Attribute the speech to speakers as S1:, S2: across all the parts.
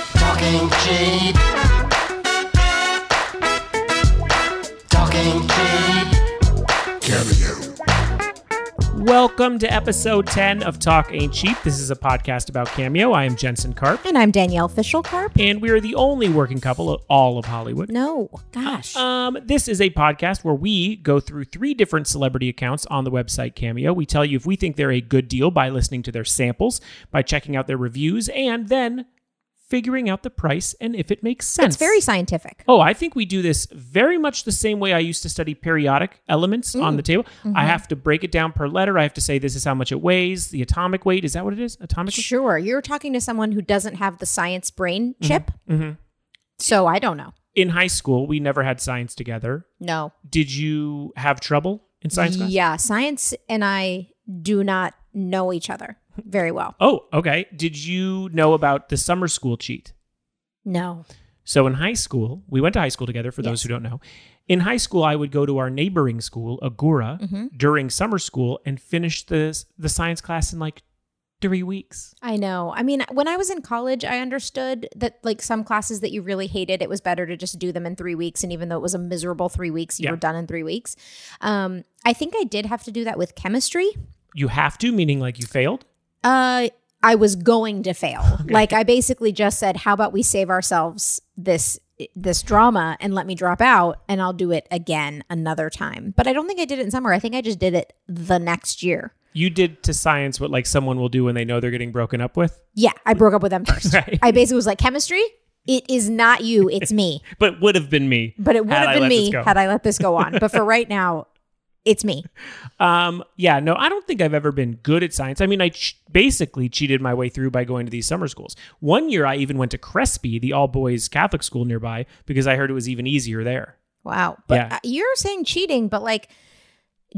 S1: Talking cheap. Talking cheap.
S2: Welcome to episode 10 of Talk Ain't Cheap. This is a podcast about Cameo. I am Jensen Karp,
S3: And I'm Danielle Fischelkarp.
S2: and we are the only working couple of all of Hollywood.
S3: No, gosh.
S2: Um, this is a podcast where we go through three different celebrity accounts on the website Cameo. We tell you if we think they're a good deal by listening to their samples, by checking out their reviews, and then figuring out the price and if it makes sense.
S3: it's very scientific.
S2: Oh, I think we do this very much the same way I used to study periodic elements
S3: Mm.
S2: on the table.
S3: Mm-hmm.
S2: I have to break it down per letter. I have to say this is how much it weighs, the atomic weight. Is that what it is? Atomic weight?
S3: Sure. You're talking to someone who doesn't have the science brain chip.
S2: Mhm.
S3: So I don't know.
S2: In high school, we never had science together.
S3: No.
S2: Did you have trouble in science class?
S3: Yeah. Science and I do not know each other very well.
S2: Oh, okay. Did you know about the summer school cheat?
S3: No.
S2: So in high school, we went to high school together for those
S3: Yes.
S2: who don't know. In high school, I would go to our neighboring school, Agora,
S3: Mm-hmm.
S2: during summer school and finish the the science class in like 3 weeks.
S3: I know. I mean, when I was in college, I understood that like some classes that you really hated, it was better to just do them in three weeks. And even though it was a miserable three weeks, you
S2: Yeah.
S3: were done in three weeks. Um, I think I did have to do that with chemistry.
S2: you have to, meaning like you failed.
S3: Uh, I was going to fail. Like I basically just said, "How about we save ourselves this this drama and let me drop out, and I'll do it again another time." But I don't think I did it in summer. I think I just did it the next year.
S2: You did to science what like someone will do when they know they're getting broken up with.
S3: Yeah, I broke up with them first.
S2: Right.
S3: I basically was like, "Chemistry, it is not you, it's me."
S2: But would have been me.
S3: But it would
S2: Had I
S3: have been
S2: let this
S3: me
S2: go.
S3: had I let this go on. But for right now, it's me.
S2: Um, yeah, no, I don't think I've ever been good at science. I mean, I ch- basically cheated my way through by going to these summer schools. One year, I even went to Crespi, the all boys Catholic school nearby, because I heard it was even easier there.
S3: Wow. But
S2: Yeah.
S3: uh, you're saying cheating, but like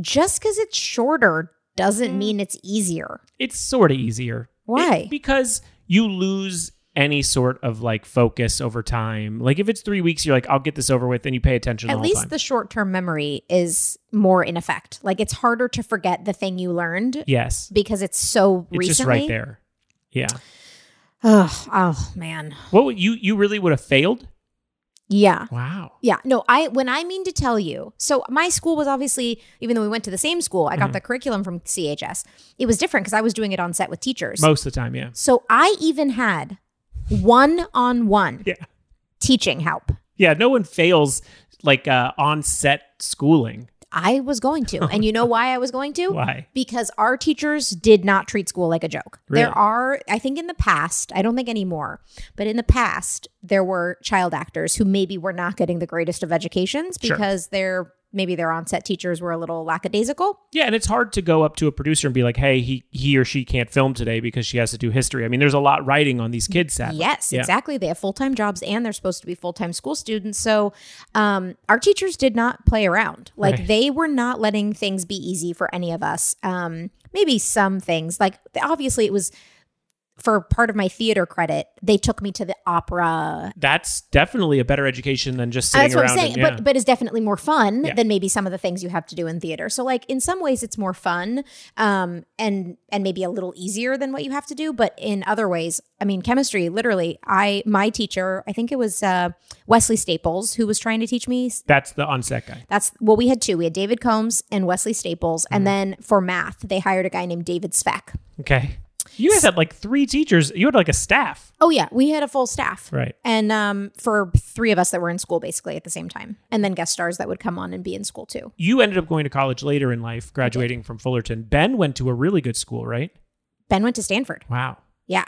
S3: just because it's shorter doesn't
S2: Mm.
S3: mean it's easier.
S2: It's sort of easier.
S3: Why?
S2: It- because you lose any sort of like focus over time. Like if it's three weeks, you're like, I'll get this over with, and you pay attention. the
S3: At
S2: whole
S3: least
S2: time.
S3: the short term memory is more in effect. Like it's harder to forget the thing you learned
S2: yes,
S3: because it's so
S2: it's
S3: recently.
S2: just right there. Yeah.
S3: Oh, oh man.
S2: What would- you you really would have failed?
S3: Yeah.
S2: Wow.
S3: Yeah. No, I when I mean to tell you, so my school was obviously, even though we went to the same school, I
S2: Mm-hmm.
S3: got the curriculum from CHS. It was different because I was doing it on set with teachers.
S2: Most of the time, yeah.
S3: so I even had one on one
S2: Yeah.
S3: teaching help.
S2: Yeah, no one fails like uh on set schooling.
S3: I was going to. And you know why I was going to?
S2: Why?
S3: because our teachers did not treat school like a joke.
S2: Really?
S3: There are, I think, in the past, I don't think anymore, but in the past, there were child actors who maybe were not getting the greatest of educations
S2: Sure.
S3: because their maybe their on-set teachers were a little lackadaisical.
S2: Yeah, and it's hard to go up to a producer and be like, "Hey, he he or she can't film today because she has to do history." I mean, there's a lot writing on these kids' set.
S3: Yes,
S2: Yeah.
S3: exactly. They have full-time jobs and they're supposed to be full-time school students. So, um, our teachers did not play around. Like
S2: Right.
S3: they were not letting things be easy for any of us. Um, maybe some things, like obviously it was for part of my theater credit, they took me to the opera.
S2: That's definitely a better education than just sitting
S3: That's what I'm
S2: around.
S3: saying,
S2: and, yeah.
S3: but but it's definitely more fun
S2: Yeah.
S3: than maybe some of the things you have to do in theater. So like in some ways it's more fun, um, and and maybe a little easier than what you have to do. But in other ways, I mean, chemistry. Literally, I my teacher, I think it was uh, Wesley Staples, who was trying to teach me
S2: That's the on set guy.
S3: that's well, we had two. We had David Combs and Wesley Staples, and
S2: Mm-hmm.
S3: then for math, they hired a guy named David Speck.
S2: Okay. You guys had like three teachers. You had like a staff.
S3: Oh yeah, we had a full staff,
S2: Right.
S3: and um, for three of us that were in school basically at the same time, and then guest stars that would come on and be in school too.
S2: You ended up going to college later in life, graduating from Fullerton. Ben went to a really good school, right?
S3: Ben went to Stanford.
S2: Wow.
S3: Yeah,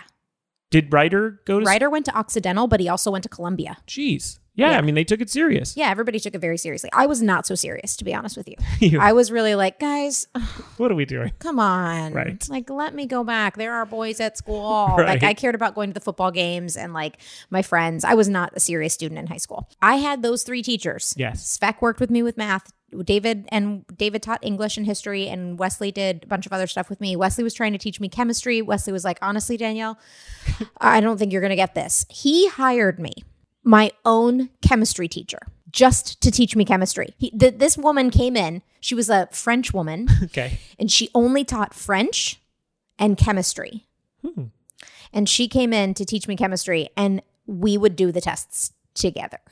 S2: Did Ryder go to s-
S3: Ryder went to Occidental, but he also went to Columbia.
S2: Jeez. Yeah, I mean, they took it serious.
S3: Yeah, everybody took it very seriously. I was not so serious, to be honest with you.
S2: You-
S3: I was really like, guys,
S2: what are we doing?
S3: come on.
S2: Right.
S3: Like, let me go back. There are boys at school.
S2: Right.
S3: Like, I cared about going to the football games and like my friends. I was not a serious student in high school. I had those three teachers.
S2: Yes.
S3: Svek worked with me with math. David and David taught English and history, and Wesley did a bunch of other stuff with me. Wesley was trying to teach me chemistry. Wesley was like, honestly, Danielle, I don't think you're going to get this. He hired me, my own chemistry teacher, just to teach me chemistry. He, th- this woman came in. She was a French woman
S2: Okay.
S3: and she only taught French and chemistry.
S2: Hmm.
S3: And she came in to teach me chemistry. And we would do the tests together.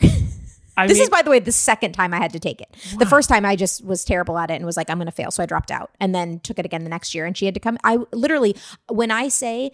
S2: I
S3: this
S2: mean,
S3: is, by the way, the second time I had to take it. The first time I just was terrible at it and was like, I'm going to fail. So I dropped out and then took it again the next year. And she had to come. I literally, when I say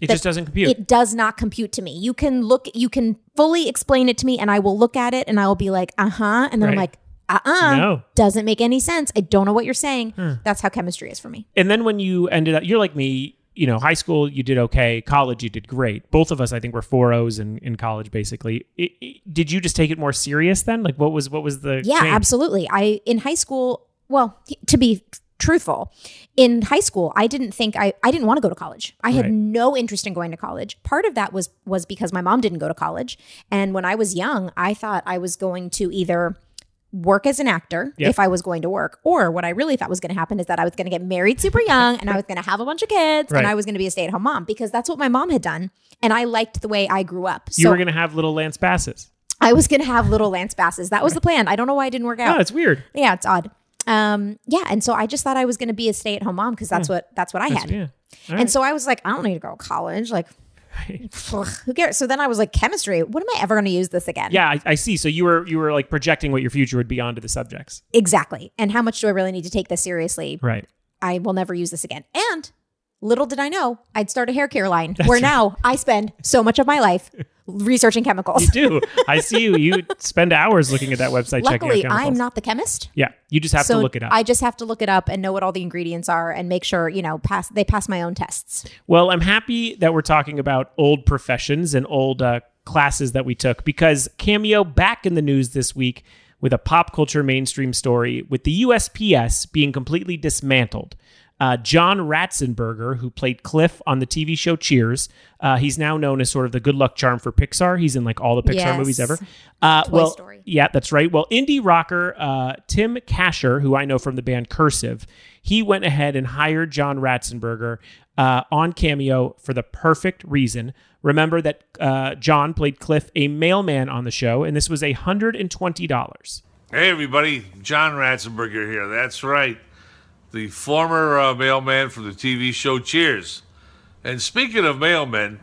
S2: it just doesn't compute.
S3: it does not compute to me, you can look, you can fully explain it to me and I will look at it and I will be like, uh huh. And then I'm
S2: Right.
S3: like, uh uh
S2: No.
S3: Doesn't make any sense. I don't know what you're saying. That's how chemistry is for me.
S2: and then when you ended up, you're like me. You know, high school you did okay, college you did great. Both of us, I think, were four O's in, in college basically. I- I- did you just take it more serious then? Like, what was what was the
S3: Yeah,
S2: change?
S3: absolutely. I in high school, well, to be truthful, in high school, I didn't think I I didn't want to go to college. I had
S2: Right.
S3: no interest in going to college. Part of that was was because my mom didn't go to college, and when I was young, I thought I was going to either work as an actor
S2: Yep.
S3: if I was going to work or what I really thought was going to happen is that I was going to get married super young and I was going to have a bunch of kids
S2: Right.
S3: and I was going to be a stay-at-home mom because that's what my mom had done and I liked the way I grew up.
S2: You
S3: So
S2: were gonna have little Lance Basses.
S3: I was going to have little Lance Basses. That was the plan. I don't know why it didn't work out
S2: Oh, it's weird.
S3: yeah, it's odd. Um, yeah, and so I just thought I was going to be a stay-at-home mom because that's what that's what I
S2: That's-
S3: had.
S2: yeah. All
S3: And
S2: right.
S3: so I was like, I don't need to go to college. Like, ugh, who cares? So then I was like, chemistry. What am I ever going to use this again?
S2: yeah, I, I see. So you were you were like projecting what your future would be onto the subjects.
S3: exactly. And how much do I really need to take this seriously?
S2: Right.
S3: I will never use this again. And little did I know, I'd start a hair care line where now I spend so much of my life researching chemicals.
S2: You do. I see you. You spend hours looking at that website
S3: Luckily,
S2: checking out
S3: I'm
S2: chemicals.
S3: not the chemist.
S2: Yeah, you just have
S3: so
S2: to look it up.
S3: I just have to look it up and know what all the ingredients are and make sure, you know, pass they pass my own tests.
S2: Well, I'm happy that we're talking about old professions and old uh, classes that we took because Cameo back in the news this week with a pop culture mainstream story with the USPS being completely dismantled. Uh, John Ratzenberger, who played Cliff on the TV show Cheers, uh, he's now known as sort of the good luck charm for Pixar. He's in like all the Pixar
S3: Yes.
S2: movies ever. Uh,
S3: Toy
S2: well,
S3: Story.
S2: yeah, that's right. Well, indie rocker uh, Tim Casher, who I know from the band Cursive, he went ahead and hired John Ratzenberger uh, on Cameo for the perfect reason. Remember that uh, John played Cliff, a mailman on the show, and this was $120.
S4: Hey, everybody. John Ratzenberger here. That's right. The former uh, mailman from the TV show Cheers. And speaking of mailmen,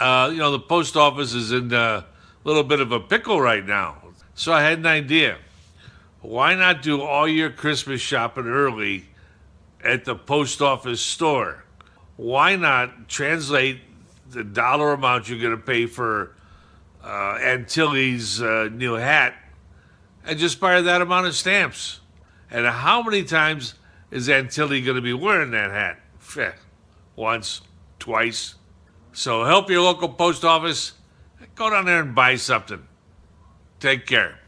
S4: uh, you know, the post office is in uh, a little bit of a pickle right now. So I had an idea. Why not do all your Christmas shopping early at the post office store? Why not translate the dollar amount you're going to pay for uh, Antilles' uh, new hat and just buy that amount of stamps. And how many times is Antilli going to be wearing that hat? Heh, Once, twice. So help your local post office. Go down there and buy something. Take care.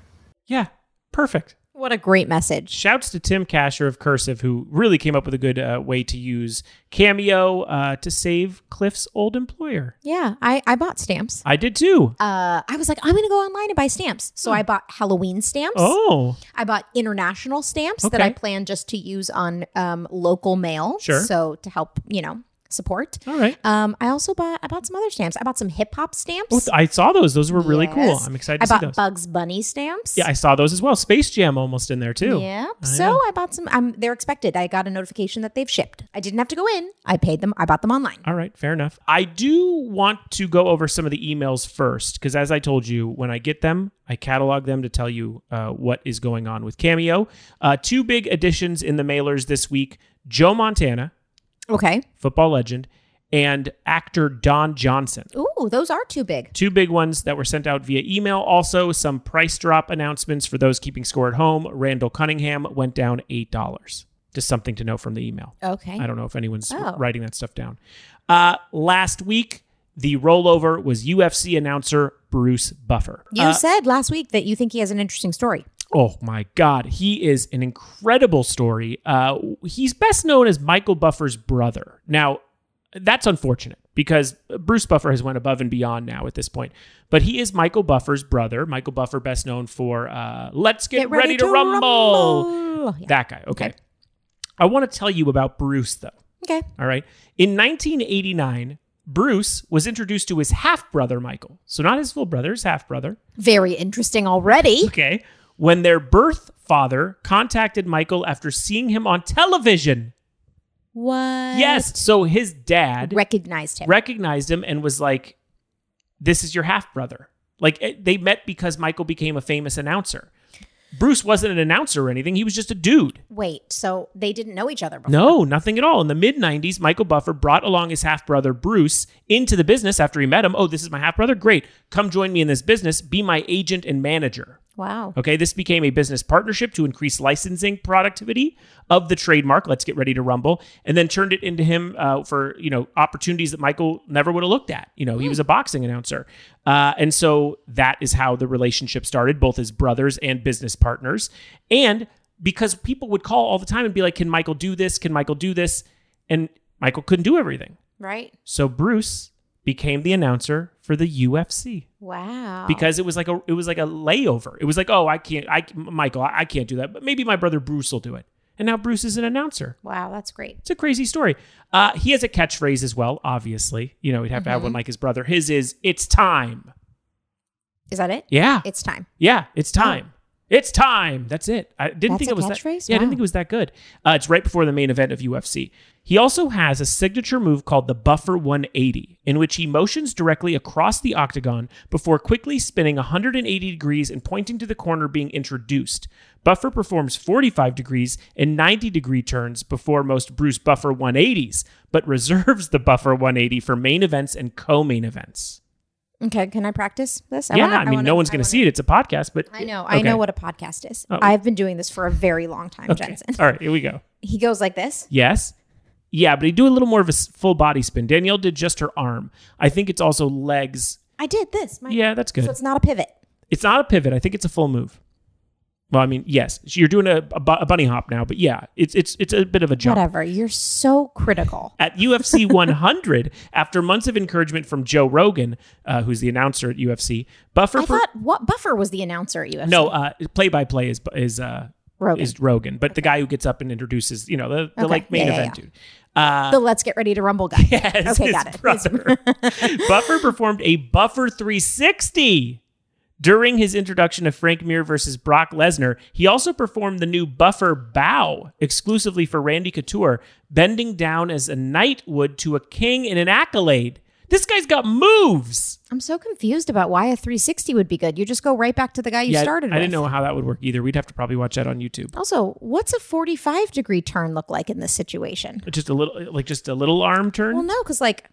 S2: Yeah, perfect.
S3: What a great message.
S2: Shouts to Tim Casher of Cursive, who really came up with a good uh, way to use Cameo uh, to save Cliff's old employer.
S3: Yeah, I, I bought stamps.
S2: I did too.
S3: Uh, I was like, I'm going to go online and buy stamps. So I bought Halloween stamps.
S2: Hmm. Oh,
S3: I bought international stamps that I
S2: Okay.
S3: plan just to use on um, local mail.
S2: Sure.
S3: So to help, you know, support.
S2: all right.
S3: Um, I also bought I bought some other stamps. I bought some hip hop stamps.
S2: I saw those. Those were Oh, really cool.
S3: Yes.
S2: I'm excited
S3: I
S2: to see
S3: bought
S2: those.
S3: Bugs Bunny stamps.
S2: Yeah, I saw those as well. Space Jam almost in there too.
S3: Yep.
S2: I
S3: so
S2: know.
S3: I bought some. Um, they're expected. I got a notification that they've shipped. I didn't have to go in. I paid them. I bought them online.
S2: All right, fair enough. I do want to go over some of the emails first because, as I told you, when I get them, I catalog them to tell you uh, what is going on with Cameo. Uh, two big additions in the mailers this week Joe Montana,
S3: Okay.
S2: football legend, and actor Don Johnson.
S3: Ooh, those are too big.
S2: Two big ones that were sent out via email. Also, some price drop announcements for those keeping score at home. Randall Cunningham went down $8. Just something to know from the email.
S3: Okay.
S2: I don't know if anyone's
S3: Oh.
S2: writing that stuff down. Uh, last week, the rollover was UFC announcer Bruce Buffer.
S3: You
S2: Uh,
S3: said last week that you think he has an interesting story.
S2: oh my God, he is an incredible story. Uh, he's best known as Michael Buffer's brother. Now, that's unfortunate because Bruce Buffer has went above and beyond now at this point. But he is Michael Buffer's brother. Michael Buffer, best known for uh, "Let's Get, Ready, to, rumble.
S3: rumble. Yeah.
S2: That guy. okay. I want to tell you about Bruce though.
S3: Okay.
S2: All right. In 1989, Bruce was introduced to his half brother, Michael. So, not his full brother, his half brother.
S3: Very interesting already.
S2: Okay. When their birth father contacted Michael after seeing him on television.
S3: What?
S2: Yes. So, his dad
S3: Recognized him.
S2: recognized him and was like, this is your half brother. Like it, they met because Michael became a famous announcer. Bruce wasn't an announcer or anything. He was just a dude.
S3: Wait, so they didn't know each other before?
S2: No, nothing at all. In the mid 90s, Michael Buffer brought along his half brother Bruce into the business after he met him. Oh, this is my half brother? Great. Come join me in this business. Be my agent and manager.
S3: Wow.
S2: Okay, this became a business partnership to increase licensing productivity of the trademark. Let's get ready to rumble, and then turned it into him uh, for you know opportunities that Michael never would have looked at. You know, he was a boxing announcer, uh, and so that is how the relationship started, both as brothers and business partners. And because people would call all the time and be like, "Can Michael do this? Can Michael do this?" And Michael couldn't do everything,
S3: Right?
S2: so Bruce became the announcer for the UFC
S3: Wow.
S2: because it was like a it was like a layover. It was like, oh, I can't, I Michael, I, I can't do that, but maybe my brother Bruce will do it. And now Bruce is an announcer.
S3: wow, that's great.
S2: It's a crazy story. Uh, he has a catchphrase as well. Obviously, you know, he'd have to have one like his brother. His is "It's time."
S3: Is that it?
S2: Yeah,
S3: It's time.
S2: yeah, it's time. It's time. That's it. I didn't
S3: Oh. That's
S2: think
S3: a
S2: it was that.
S3: catchphrase?
S2: Yeah, I didn't
S3: Wow.
S2: think it was that good. Uh, it's right before the main event of UFC. He also has a signature move called the Buffer 180, in which he motions directly across the octagon before quickly spinning 180 degrees and pointing to the corner being introduced. Buffer performs 45 degrees and 90 degree turns before most Bruce Buffer 180s, but reserves the Buffer 180 for main events and co-main events.
S3: Okay, can I practice this?
S2: yeah,
S3: wanna-
S2: I mean,
S3: wanna-
S2: no one's going
S3: wanna-
S2: to see it. It's a podcast, but
S3: I know. I know what a podcast is. I've been doing this for a very long time, Jensen.
S2: All right, here we go.
S3: He goes like this.
S2: Yes. Yeah, but he do a little more of a s- full body spin. Danielle did just her arm. I think it's also legs.
S3: I did this. My,
S2: Yeah, that's good.
S3: So it's not a pivot.
S2: It's not a pivot. I think it's a full move. Well, I mean, yes, you're doing a, a, bu- a bunny hop now, but yeah, it's it's it's a bit of a jump.
S3: Whatever. You're so critical.
S2: At UFC 100, after months of encouragement from Joe Rogan, uh, who's the announcer at UFC, Buffer
S3: I
S2: for
S3: thought what Buffer was the announcer at UFC.
S2: no uh, play by play is is uh,
S3: Rogan.
S2: is Rogan, but the guy who gets up and introduces, you know, the, the
S3: Okay.
S2: like main
S3: Yeah, yeah,
S2: event
S3: yeah.
S2: dude.
S3: the Let's Get Ready to Rumble guy.
S2: Yes, his
S3: Okay, got it.
S2: brother. Buffer performed a Buffer 360 during his introduction of Frank Mir versus Brock Lesnar. He also performed the new Buffer Bow exclusively for Randy Couture, bending down as a knight would to a king in an accolade. This guy's got moves.
S3: I'm so confused about why a 360 would be good. You just go right back to the guy you
S2: Yeah,
S3: started
S2: I
S3: with.
S2: didn't know how that would work either. We'd have to probably watch that on YouTube.
S3: Also, what's a 45 degree turn look like in this situation?
S2: Just a little, like just a little arm turn.
S3: Well, no, because like,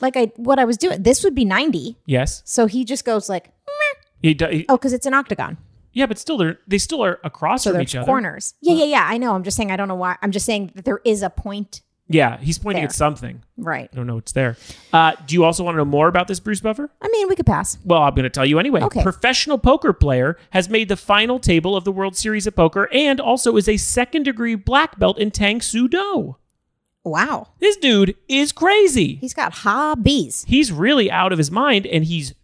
S3: like I what I was doing, this would be 90.
S2: yes,
S3: So he just goes like, meh.
S2: he, do- he-
S3: oh, because it's an octagon.
S2: yeah, but still, they're they still are across
S3: So
S2: from
S3: there's
S2: each other.
S3: corners. Yeah, yeah, yeah. I know. I'm just saying. I don't know why. I'm just saying that there is a point.
S2: Yeah, he's pointing
S3: There.
S2: at something.
S3: Right.
S2: I don't know what's there. Uh, do you also want to know more about this Bruce Buffer?
S3: I mean, we could pass.
S2: Well, I'm going to tell you anyway.
S3: Okay.
S2: Professional poker player has made the final table of the World Series of Poker and also is a second degree black belt in Tang Soo Do.
S3: Wow.
S2: This dude is crazy.
S3: He's got hobbies.
S2: He's really out of his mind and he's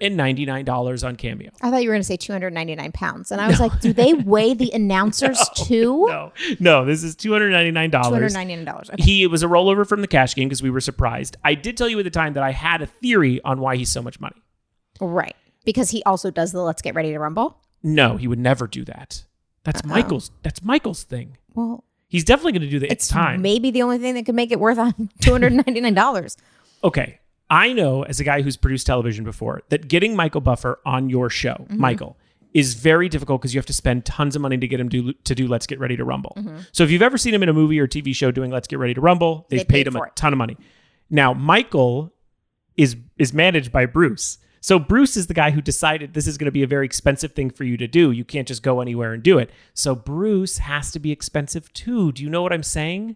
S2: $299 on Cameo.
S3: I thought you were going to say 299 pounds. And I was like, do they weigh the announcers too?
S2: No, no, this is $299.
S3: $299. Okay.
S2: He it was a rollover from the cash game because we were surprised. I did tell you at the time that I had a theory on why he's so much money.
S3: Right. Because he also does the let's get ready to rumble.
S2: No, he would never do that. That's Michael's. That's Michael's thing.
S3: Well,
S2: He's definitely going to do the it's, time.
S3: maybe the only thing that could make it worth on $299.
S2: okay. I know as a guy who's produced television before that getting Michael Buffer on your show,
S3: Mm-hmm.
S2: Michael, is very difficult because you have to spend tons of money to get him to, to do Let's Get Ready to Rumble. So if you've ever seen him in a movie or TV show doing Let's Get Ready to Rumble, they've
S3: Mm-hmm. They
S2: paid,
S3: paid
S2: him a
S3: for it.
S2: ton of money. Now, Michael is is managed by Bruce. So Bruce is the guy who decided this is going to be a very expensive thing for you to do. You can't just go anywhere and do it. So Bruce has to be expensive too. Do you know what I'm saying?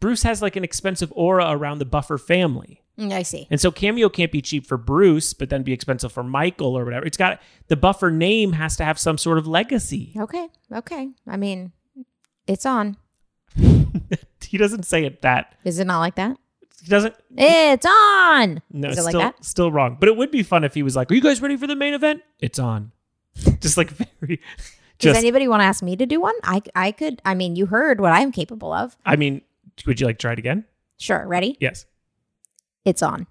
S2: Bruce has like an expensive aura around the Buffer family.
S3: Mm, I see.
S2: And so Cameo can't be cheap for Bruce, but then be expensive for Michael or whatever. It's got the Buffer name has to have some sort of legacy.
S3: Okay. Okay. I mean, it's on.
S2: He doesn't say it that.
S3: Is it not like that?
S2: He doesn't
S3: It's on.
S2: No,
S3: Is it
S2: still,
S3: like that?
S2: still wrong. But it would be fun if he was like, "Are you guys ready for the main event? It's on." just like very,
S3: Does
S2: just.
S3: anybody want to ask me to do one? I, I could. I mean, you heard what I'm capable of.
S2: I mean, would you like to try it again?
S3: Sure. Ready?
S2: Yes,
S3: It's on.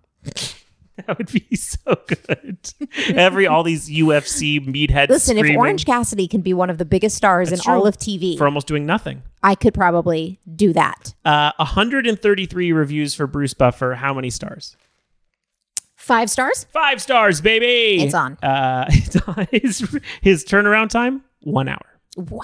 S2: that would be so good. Every all these UFC meatheads.
S3: Listen, if
S2: screaming
S3: Orange Cassidy can be one of the biggest stars
S2: That's
S3: in all
S2: true.
S3: of TV,
S2: for almost doing nothing.
S3: I could probably do that.
S2: Uh, 133 reviews for Bruce Buffer. How many stars?
S3: Five stars.
S2: Five stars, baby.
S3: It's on.
S2: Uh, it's on. His, his turnaround time, one hour.
S3: Wow.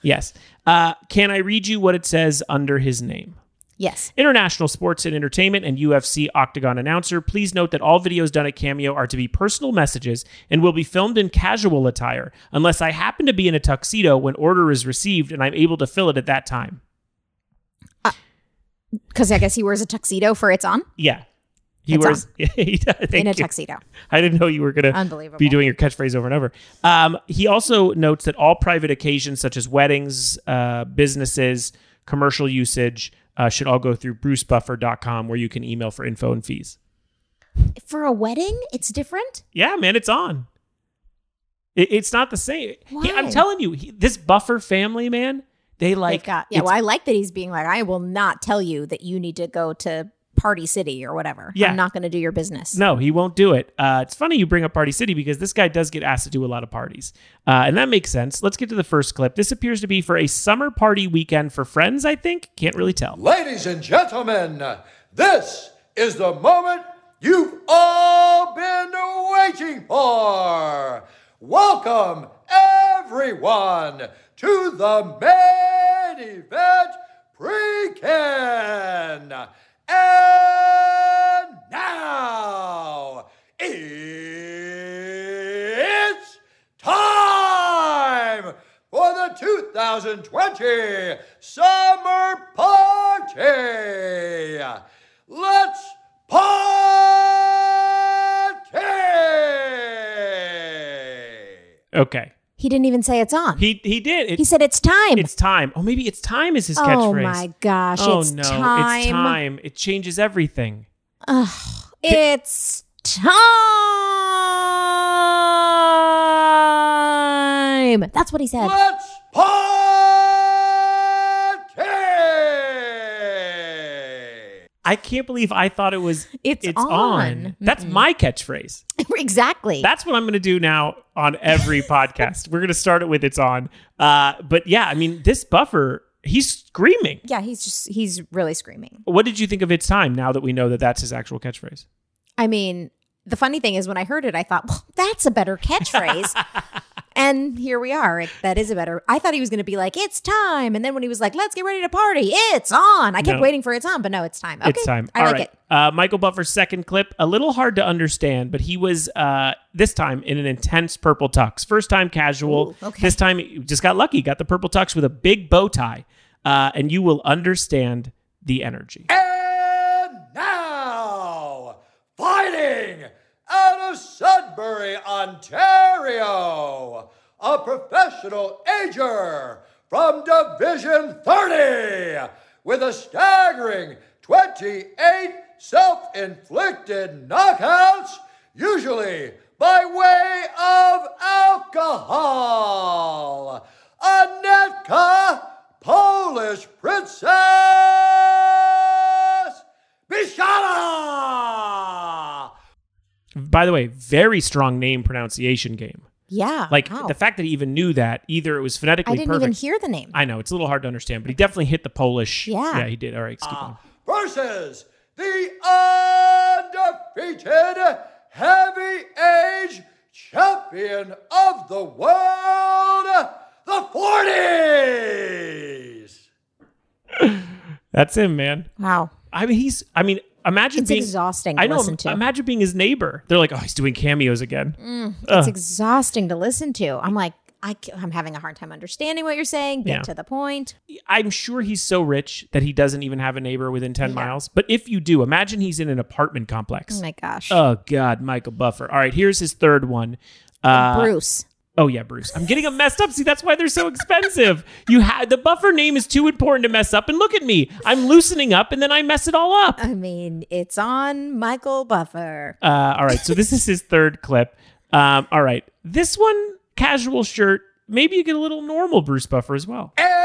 S2: Yes. Uh, can I read you what it says under his name?
S3: Yes.
S2: International sports and entertainment and UFC Octagon announcer, please note that all videos done at Cameo are to be personal messages and will be filmed in casual attire, unless I happen to be in a tuxedo when order is received and I'm able to fill it at that time.
S3: Because I guess he wears a tuxedo for it's on
S2: Yeah. He
S3: It's
S2: wears. he does. Thank
S3: in a
S2: you.
S3: tuxedo.
S2: I didn't know you were going to
S3: Unbelievable.
S2: be doing your catchphrase over and over. Um, he also notes that all private occasions, such as weddings, uh, businesses, commercial usage, uh, should all go through brucebuffer.com where you can email for info and fees.
S3: For a wedding, it's different.
S2: Yeah, man, it's on. It, it's not the same. He- I'm
S3: Why?
S2: telling you, he, this Buffer family, man, they like.
S3: They've got yeah.
S2: it's-
S3: Well, I like that he's being like, I will not tell you that you need to go to Party City or whatever.
S2: Yeah.
S3: I'm not going to do your business.
S2: No, he won't do it. Uh, it's funny you bring up Party City because this guy does get asked to do a lot of parties. Uh, and that makes sense. Let's get to the first clip. This appears to be for a summer party weekend for friends, I think. Can't really tell.
S5: Ladies and gentlemen, this is the moment you've all been waiting for. Welcome, everyone, to the main event pre-can. And now, it's time for the 2020 Summer Party. Let's party!
S2: Okay.
S3: He didn't even say it's on. He,
S2: He he did. It,
S3: said it's time.
S2: it's time. Oh, maybe it's time is his
S3: oh
S2: catchphrase.
S3: my gosh.
S2: oh
S3: it's
S2: no,
S3: time.
S2: it's time. It changes everything.
S3: It's time. That's what he said.
S5: Let's party!
S2: I can't believe I thought it was
S3: It's
S2: on.
S3: on.
S2: That's my catchphrase.
S3: exactly.
S2: That's what I'm going to do now on every podcast. We're going to start it with it's on. Uh, but yeah, I mean, this buffer, he's screaming.
S3: yeah, he's just he's really screaming.
S2: What did you think of its time now that we know that that's his actual catchphrase?
S3: I mean, the funny thing is when I heard it, I thought, well, that's a better catchphrase. and here we are. It, that is a better. I thought he was going to be like, it's time. And then when he was like, let's get ready to party, it's on. I kept
S2: No.
S3: waiting for it's on, but no, it's time. Okay.
S2: It's time.
S3: I
S2: All
S3: like
S2: right.
S3: it.
S2: Uh, Michael Buffer's second clip, a little hard to understand, but he was uh, this time in an intense purple tux. First time casual.
S3: Ooh, okay.
S2: This time he just got lucky, got the purple tux with a big bow tie, uh, and you will understand the energy.
S5: And now, fighting out of Sudbury, Ontario, a professional ager from Division 30 with a staggering 28 self inflicted knockouts, usually by way of alcohol. Anetka Polish Princess Bishana!
S2: By the way, very strong name pronunciation game.
S3: Yeah.
S2: Like
S3: wow.
S2: the fact that he even knew that, either it was
S3: I
S2: phonetically
S3: didn't
S2: perfect.
S3: even hear the name.
S2: I know it's a little hard to understand, but he definitely hit the Polish.
S3: Yeah.
S2: yeah, he did. All right, let's keep going.
S5: versus the undefeated heavy age champion of the world, the 40s!
S2: That's him, man.
S3: wow.
S2: I mean, he's. I mean, imagine
S3: It's
S2: being
S3: exhausting to
S2: I know.
S3: listen to.
S2: Imagine being his neighbor. They're like, oh, he's doing cameos again.
S3: It's exhausting to listen to. I'm like, I, am having a hard time understanding what you're saying. Get
S2: Yeah.
S3: to the point.
S2: I'm sure he's so rich that he doesn't even have a neighbor within ten miles. But if you do, imagine he's in an apartment complex.
S3: Oh my gosh.
S2: Oh God, Michael Buffer. All right, here's his third one. Uh,
S3: Bruce.
S2: oh yeah, Bruce. I'm getting them messed up. See, that's why they're so expensive. You had the Buffer name is too important to mess up. And look at me, I'm loosening up, and then I mess it all up.
S3: I mean, it's on Michael Buffer.
S2: Uh, all right, so this is his third clip. Um, all right, this one casual shirt. Maybe you get a little normal Bruce Buffer as well.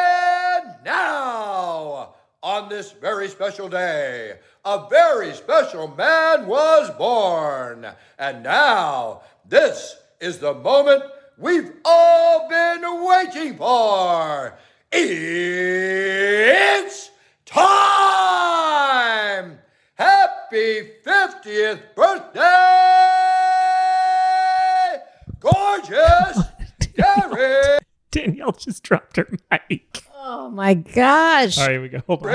S5: And now, on this very special day, a very special man was born. And now, this is the moment we've all been waiting for. It's time! Happy happy 50th birthday, gorgeous Gary
S2: Danielle just dropped her mic.
S3: Oh my gosh.
S2: All right, here we go. Hold on.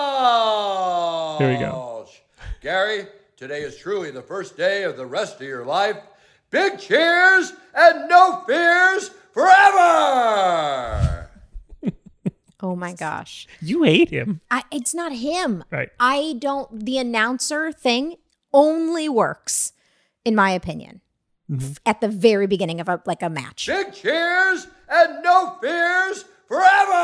S5: Gals.
S2: Here we go.
S5: Gary, today is truly the first day of the rest of your life. Big cheers and no fears forever.
S3: Oh my gosh.
S2: You hate him.
S3: I, it's not him.
S2: Right.
S3: I don't, the announcer thing only works, in my opinion,
S2: Mm-hmm.
S3: f- at the very beginning of a, like a match.
S5: Big cheers and no fears forever.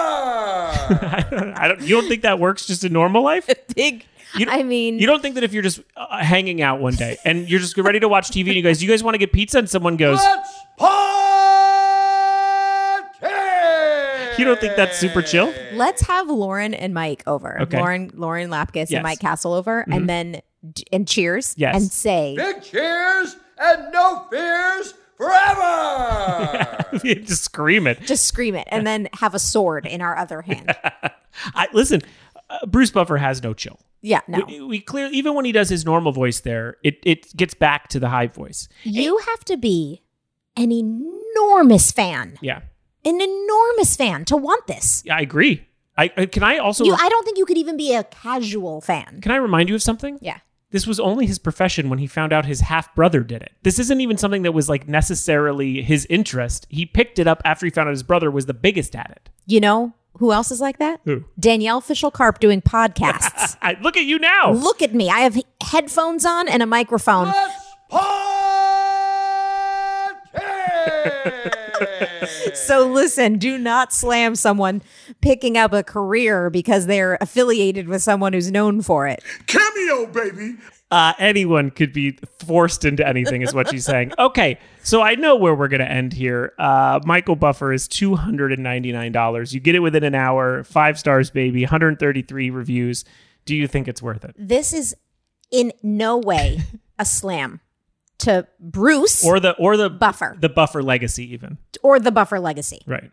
S2: I don't, you don't think that works just in normal life?
S3: Big.
S2: You don't-
S3: I mean,
S2: You don't think that if you're just uh, hanging out one day and you're just ready to watch TV and you guys, you guys want to get pizza and someone goes,
S5: Let's podcast.
S2: you don't think that's super chill?
S3: let's have Lauren and Mike over.
S2: Okay.
S3: Lauren, Lauren Lapkus
S2: Yes. Mm-hmm.
S3: and Mike Castle over, and then d- and cheers.
S2: Yes.
S3: And say,
S5: Big cheers and no fears forever.
S2: just scream it.
S3: just scream it, and then have a sword in our other hand.
S2: I, listen, uh, Bruce Buffer has no chill.
S3: Yeah. No.
S2: We, we clear even when he does his normal voice there, it it gets back to the high voice.
S3: You have to be an enormous fan,
S2: Yeah,
S3: an enormous fan to want this.
S2: yeah I agree. I I- can I also
S3: You, I don't think you could even be a casual fan.
S2: can I remind you of something?
S3: Yeah.
S2: This was only his profession when he found out his half brother did it. This isn't even something that was like necessarily his interest. He picked it up after he found out his brother was the biggest at it.
S3: You know who else is like that?
S2: Who?
S3: Danielle Fischel Carp doing podcasts.
S2: I, look at you now.
S3: Look at me. I have headphones on and a microphone.
S5: Let's podcast.
S3: So listen, do not slam someone picking up a career because they're affiliated with someone who's known for it.
S5: Cameo, baby.
S2: uh, anyone could be forced into anything, is what she's saying. Okay, so I know where we're going to end here. Uh, Michael Buffer is two hundred and ninety nine dollars. You get it within an hour. Five stars, baby. One hundred thirty three reviews. Do you think it's worth it,
S3: This is in no way a slam to Bruce or,
S2: or the or the
S3: Buffer.
S2: the Buffer legacy, even
S3: the Buffer legacy.
S2: right?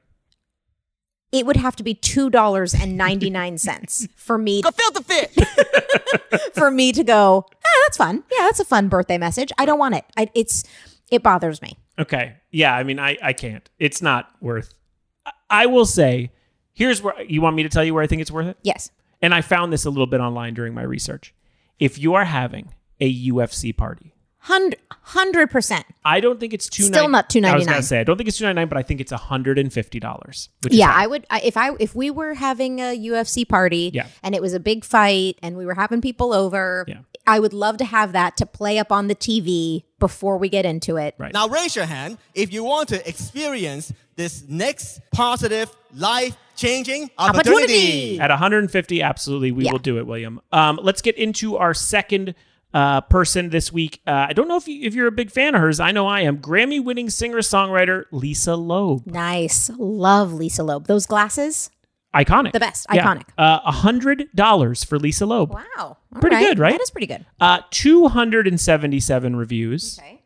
S3: It would have to be two dollars and ninety nine cents for me to filter fit for me to go. Ah, that's fun. Yeah, that's a fun birthday message. I don't want it. I, it's it bothers me.
S2: Okay, yeah. I mean, I I can't. It's not worth. I, I will say, here's where you want me to tell you where I think it's worth it.
S3: Yes.
S2: and I found this a little bit online during my research. If you are having a UFC party.
S3: Hundred percent.
S2: I don't think it's two.
S3: Still not
S2: I was gonna
S3: $2.99.
S2: say I don't think it's two ninety nine, but I think it's hundred and fifty dollars.
S3: Yeah, I would. I, if I if we were having a UFC party,
S2: Yeah.
S3: and it was a big fight, and we were having people over,
S2: Yeah.
S3: I would love to have that to play up on the TV before we get into it.
S2: Right.
S6: Now raise your hand if you want to experience this next positive, life-changing
S3: Opportunity.
S6: opportunity.
S2: at one hundred and fifty, absolutely, we
S3: Yeah.
S2: will do it, William. Um, let's get into our second uh, person this week. Uh, I don't know if you, if you're a big fan of hers. I know I am. Grammy winning singer songwriter Lisa Loeb,
S3: Nice, love Lisa Loeb. Those glasses,
S2: iconic,
S3: the best,
S2: Yeah.
S3: iconic.
S2: Uh, hundred dollars for Lisa Loeb.
S3: Wow, All
S2: Pretty good, right?
S3: That is pretty good.
S2: Uh, two hundred and seventy seven reviews,
S3: Okay,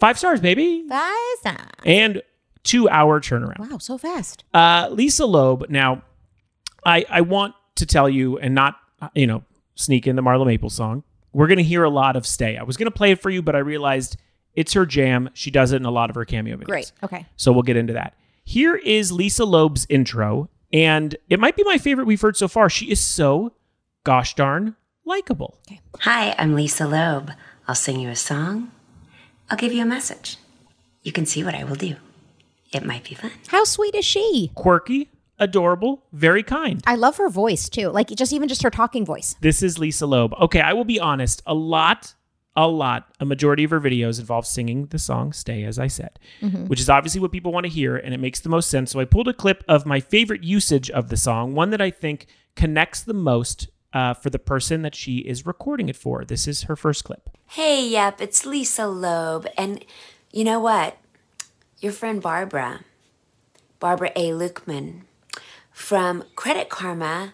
S2: five stars, baby,
S3: guys. ah,
S2: and two hour turnaround.
S3: Wow, so fast.
S2: Uh, Lisa Loeb. Now, I I want to tell you and not uh, you know sneak in the Marla Maple song. We're gonna hear a lot of "Stay." I was gonna play it for you, but I realized it's her jam. She does it in a lot of her cameo videos.
S3: Great. Okay.
S2: So we'll get into that. Here is Lisa Loeb's intro, and it might be my favorite we've heard so far. She is so gosh darn likable.
S7: Hi, I'm Lisa Loeb. I'll sing you a song. I'll give you a message. You can see what I will do. It might be fun.
S3: How sweet is she?
S2: Quirky, adorable, very kind.
S3: I love her voice too. Like just even just her talking voice.
S2: This is Lisa Loeb. Okay, I will be honest. A lot, a lot, a majority of her videos involve singing the song Stay, as I said, which is obviously what people want to hear, and it makes the most sense. So I pulled a clip of my favorite usage of the song, one that I think connects the most uh, for the person that she is recording it for. This is her first clip.
S7: Hey, yep, it's Lisa Loeb. And you know what? Your friend Barbara, Barbara A. Lukeman from Credit Karma,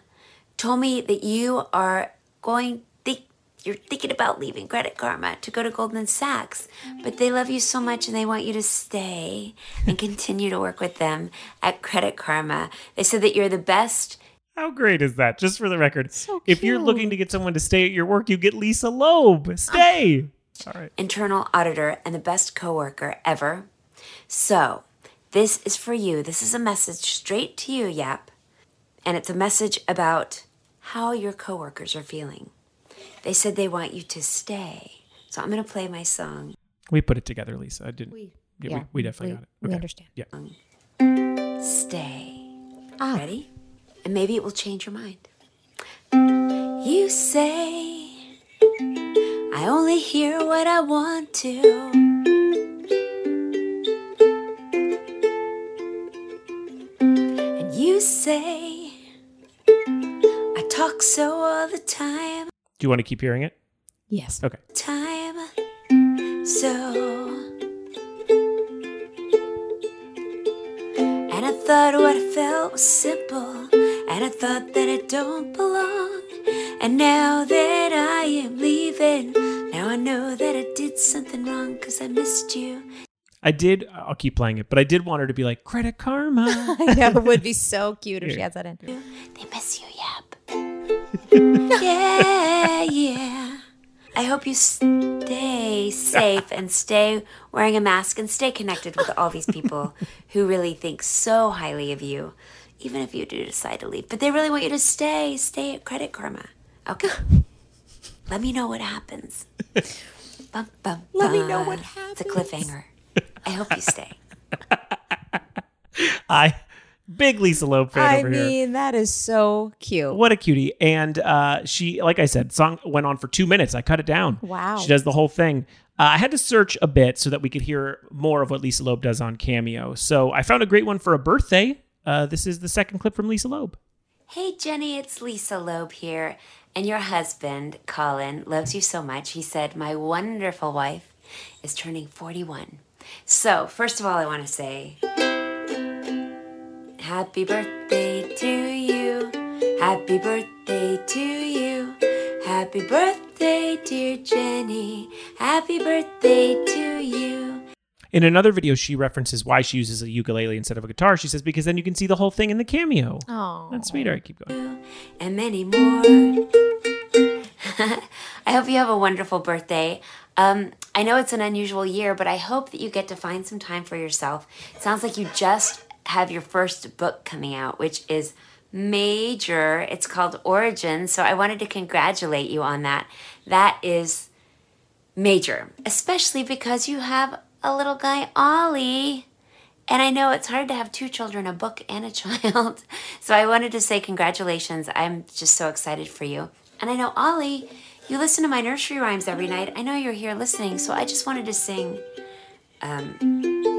S7: told me that you are going, think, you're thinking about leaving Credit Karma to go to Goldman Sachs. But they love you so much and they want you to stay and continue to work with them at Credit Karma. They said that you're the best
S2: How great is that? Just for the record, if you're looking to get someone to stay at your work, you get Lisa Loeb. Stay.
S7: internal auditor, and the best coworker ever. So, this is for you. This is a message straight to you, Yap. And it's a message about how your coworkers are feeling. They said they want you to stay. So, I'm going to play my song.
S2: We put it together, Lisa. I didn't. We, yeah, we, we definitely got it.
S3: We understand.
S2: Yeah.
S7: Stay. Ready? And maybe it will change your mind. You say, I only hear what I want to. And you say, I talk so all the time,
S2: Do you want to keep hearing it?
S3: Yes.
S2: Okay.
S7: time. So. And I thought what I felt was simple. And I thought that I don't belong. And now that I am leaving, now I know that I did something wrong because I missed you.
S2: I did. I'll keep playing it, but I did want her to be like Credit Karma.
S3: yeah, it would be so cute if she had that in.
S7: They miss you, yep. yeah, yeah. I hope you stay safe and stay wearing a mask and stay connected with all these people who really think so highly of you, even if you do decide to leave. But they really want you to stay, stay at Credit Karma. Okay. Let me know what happens. Bum, bum, Let me know what happens. It's a cliffhanger. I hope you stay.
S2: I big Lisa Loeb fan
S3: I
S2: over here.
S3: mean, that is so cute.
S2: What a cutie. And uh, she, like I said, song went on for two minutes. I cut it down.
S3: Wow.
S2: She does the whole thing. Uh, I had to search a bit so that we could hear more of what Lisa Loeb does on Cameo. So I found a great one for a birthday. Uh, this is the second clip from Lisa Loeb.
S7: Hey Jenny, it's Lisa Loeb here, and your husband, Colin, loves you so much. He said, My wonderful wife is turning 41. So, first of all, I want to say, Happy birthday to you. Happy birthday to you. Happy birthday, dear Jenny. Happy birthday to you.
S2: In another video, she references why she uses a ukulele instead of a guitar. She says, because then you can see the whole thing in the cameo.
S3: Aw.
S2: That's sweet. All right, keep going.
S7: and many more. I hope you have a wonderful birthday. Um, I know it's an unusual year, but I hope that you get to find some time for yourself. It sounds like you just have your first book coming out, which is major. It's called Origin. So I wanted to congratulate you on that. That is major, especially because you have a little guy, Ollie. And I know it's hard to have two children, a book and a child. So I wanted to say congratulations. I'm just so excited for you. And I know, Ollie, you listen to my nursery rhymes every night. I know you're here listening, so I just wanted to sing. um,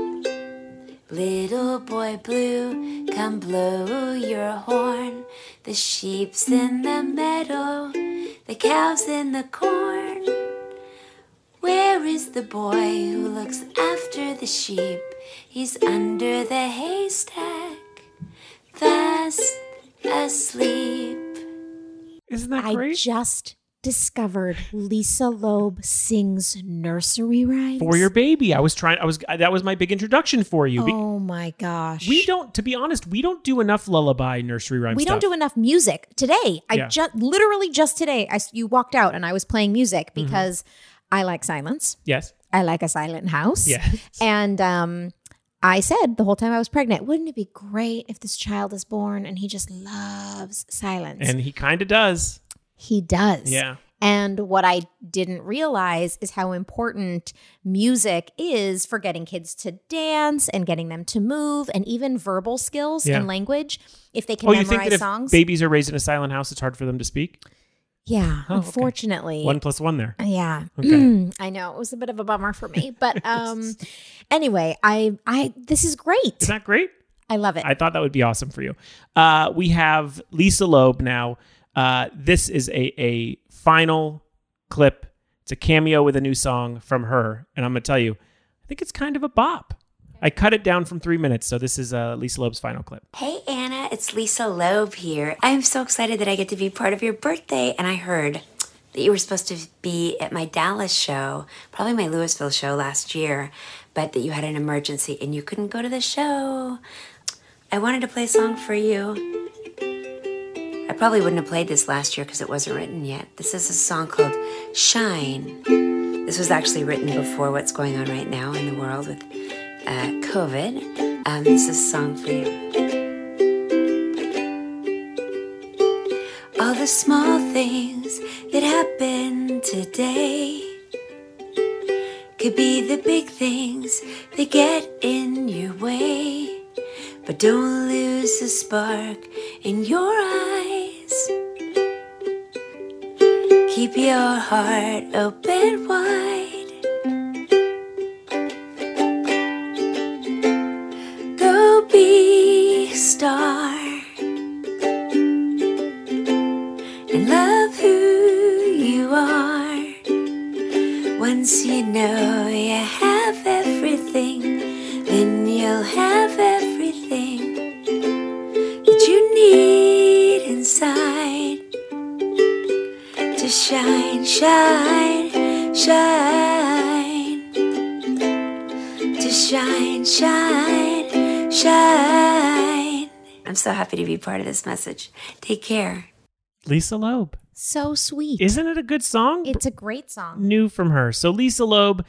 S7: Little boy blue, come blow your horn. The sheep's in the meadow, the cow's in the corn. Where is the boy who looks after the sheep? He's under the haystack, fast asleep.
S2: Isn't that
S3: I
S2: great?
S3: just discovered Lisa Loeb sings nursery rhymes.
S2: for your baby. I was trying, I was, that was my big introduction for you. Be-
S3: Oh my gosh.
S2: we don't, to be honest, we don't do enough lullaby nursery rhyme
S3: we don't
S2: stuff.
S3: do enough music today. I
S2: Yeah.
S3: just literally just today, I s- you walked out and I was playing music because I like silence.
S2: Yes.
S3: I like a silent house.
S2: Yeah.
S3: And um, I said the whole time I was pregnant, wouldn't it be great if this child is born and he just loves silence?
S2: And he kind of does.
S3: he does.
S2: Yeah.
S3: And what I didn't realize is how important music is for getting kids to dance and getting them to move and even verbal skills
S2: Yeah.
S3: and language. If they can
S2: Oh, you
S3: memorize
S2: think that if
S3: songs.
S2: babies are raised in a silent house, it's hard for them to speak?
S3: yeah,
S2: Oh, okay.
S3: unfortunately.
S2: One plus one there.
S3: Yeah.
S2: Okay.
S3: I know. It was a bit of a bummer for me. But um anyway, I I this is great.
S2: Is that great?
S3: I love it.
S2: I thought that would be awesome for you. Uh, we have Lisa Loeb now. Uh, this is a, a final clip. It's a cameo with a new song from her. And I'm going to tell you, I think it's kind of a bop. I cut it down from three minutes. So this is uh, Lisa Loeb's final clip.
S7: Hey Anna, it's Lisa Loeb here. I'm so excited that I get to be part of your birthday, and I heard that you were supposed to be at my Dallas show, probably my Louisville show last year, but that you had an emergency and you couldn't go to the show. I wanted to play a song for you. I probably wouldn't have played this last year because it wasn't written yet. This is a song called Shine. This was actually written before what's going on right now in the world with uh, COVID. Um, this is a song for you. All the small things that happened today could be the big things that get in your way. But don't lose the spark in your eyes. Keep your heart open wide. Go be a star and love who you are. Once you know you have everything, then you'll have everything that you need inside to shine, shine, shine, to shine, shine, shine. I'm so happy to be part of this message. Take care.
S2: Lisa Loeb.
S3: So sweet.
S2: Isn't it a good song?
S3: it's a great song.
S2: new from her. So Lisa Loeb,